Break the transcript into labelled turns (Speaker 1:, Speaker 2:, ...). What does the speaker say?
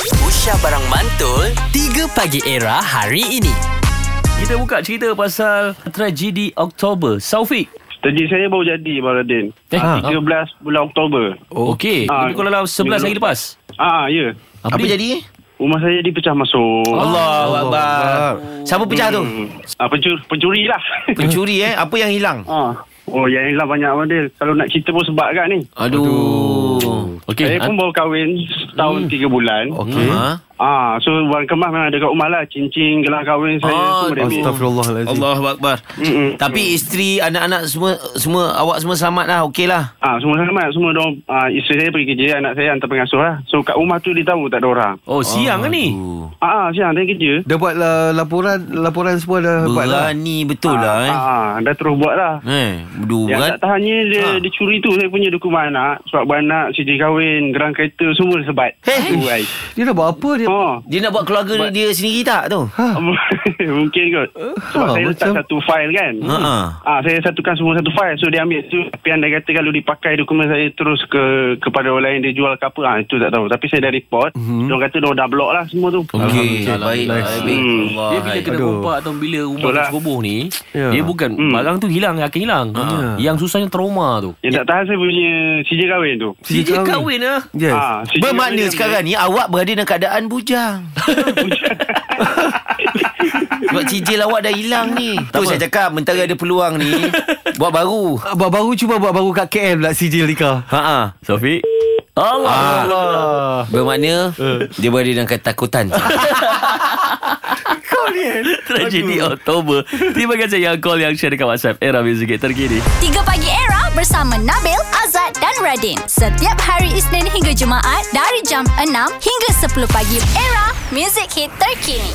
Speaker 1: Syah Barang Mantul 3 Pagi Era hari ini
Speaker 2: Kita buka cerita pasal tragedi Oktober. Saufik.
Speaker 3: Studi saya baru jadi Baradin.
Speaker 2: Eh,
Speaker 3: Eh,
Speaker 2: ha.
Speaker 3: 13 bulan Oktober.
Speaker 2: Oh, Okey.
Speaker 3: Ah,
Speaker 2: Lebih kurang dalam 11 hari
Speaker 3: minggu
Speaker 2: lepas.
Speaker 3: Ah, ya.
Speaker 2: Apa, Apa jadi? Oh,
Speaker 3: Rumah saya dipecah masuk.
Speaker 4: Allah Akbar. Siapa pecah tu?
Speaker 3: Ah, pencuri, pencuri lah.
Speaker 4: Pencuri eh. Apa yang hilang?
Speaker 3: ah. Oh, yang hilang banyak Baradin. Kalau nak cerita pun sebab kan ni.
Speaker 2: Aduh. Okey.
Speaker 3: Okay,
Speaker 2: ah.
Speaker 3: saya pun baru kahwin setahun tiga bulan.
Speaker 4: Hmm. Okey.
Speaker 2: Ha?
Speaker 3: Ah, so barang kemas memang ada kat rumah lah. Cincin, gelang kahwin saya.
Speaker 4: Ah,
Speaker 3: Oh, semua dia ambil.
Speaker 4: Astagfirullahalazim.
Speaker 5: Allah Akbar.
Speaker 3: Mm-mm.
Speaker 4: Tapi isteri, anak-anak semua semua awak semua selamat lah. Okey lah.
Speaker 3: Ah, semua selamat. Semua dong. Ah, isteri saya pergi kerja, anak saya hantar pengasuh lah. So kat rumah tu dia tahu tak ada orang.
Speaker 2: Oh, siang kan ni?
Speaker 3: Ah, ah, siang dia kerja.
Speaker 6: Dah buat lah laporan Laporan semua dah buat lah
Speaker 4: Berani betul lah eh.
Speaker 3: Ah, dah terus buat lah. Yang
Speaker 4: Eh,
Speaker 3: tak
Speaker 4: berdurat.
Speaker 3: tahannya dia,
Speaker 4: Ha.
Speaker 3: ha. dia curi tu saya punya dokumen anak, surat beranak, CD kahwin, gerang kereta semua dia sebat.
Speaker 4: Hei.
Speaker 3: Tu, ai.
Speaker 6: lah. Dia dah buat apa dia
Speaker 3: Ha.
Speaker 4: Dia nak buat keluarga dia sendiri tak tu?
Speaker 3: Oh. Mungkin kot. Sebab
Speaker 6: Ha,
Speaker 3: saya letak
Speaker 6: macam-
Speaker 3: satu file kan.
Speaker 4: Ha, ha.
Speaker 3: Ah, saya satukan semua satu file. So dia ambil tu tapi anda kata kalau dipakai dokumen saya terus ke kepada orang lain dia jual ke apa. Ah itu tak tahu. Tapi saya dah report. Mm-hmm. Dia kata dia dah block lah semua tu.
Speaker 4: Mhm. Okey, baik. baik.
Speaker 3: Hmm.
Speaker 4: Allah.
Speaker 2: Dia bila kena
Speaker 6: Aduh.
Speaker 2: pompa atau bila rumah
Speaker 3: Betul lah.
Speaker 2: tu ceroboh ni,
Speaker 6: Ya.
Speaker 2: dia bukan
Speaker 3: Hmm.
Speaker 2: barang tu hilang akan hilang. Ha. Yang susahnya trauma tu.
Speaker 3: Yang tak tahan saya punya CJ kahwin tu.
Speaker 6: Si
Speaker 2: Dia kahwin ah.
Speaker 6: Yes
Speaker 3: Ah, CJ
Speaker 4: Bermakna
Speaker 3: kahwin dia
Speaker 4: sekarang ni awak berada dalam keadaan bujang. Sebab cijil awak dah hilang ni. Tu saya cakap mentara ada peluang ni buat baru.
Speaker 6: Ah, Buat baru cuba buat baru kat KL pula Sijil nikah
Speaker 4: Ha ah.
Speaker 2: Saufik. Allah.
Speaker 6: Allah
Speaker 4: Bermakna dia berada dalam ketakutan.
Speaker 2: Tragedi Oktober. Terima kasih yang call yang share dekat WhatsApp Era Music Hit terkini.
Speaker 7: 3 Pagi Era bersama Nabil, Azad dan Radin. Setiap hari Isnin hingga Jumaat dari jam 6 hingga 10 pagi. Era, music hit terkini.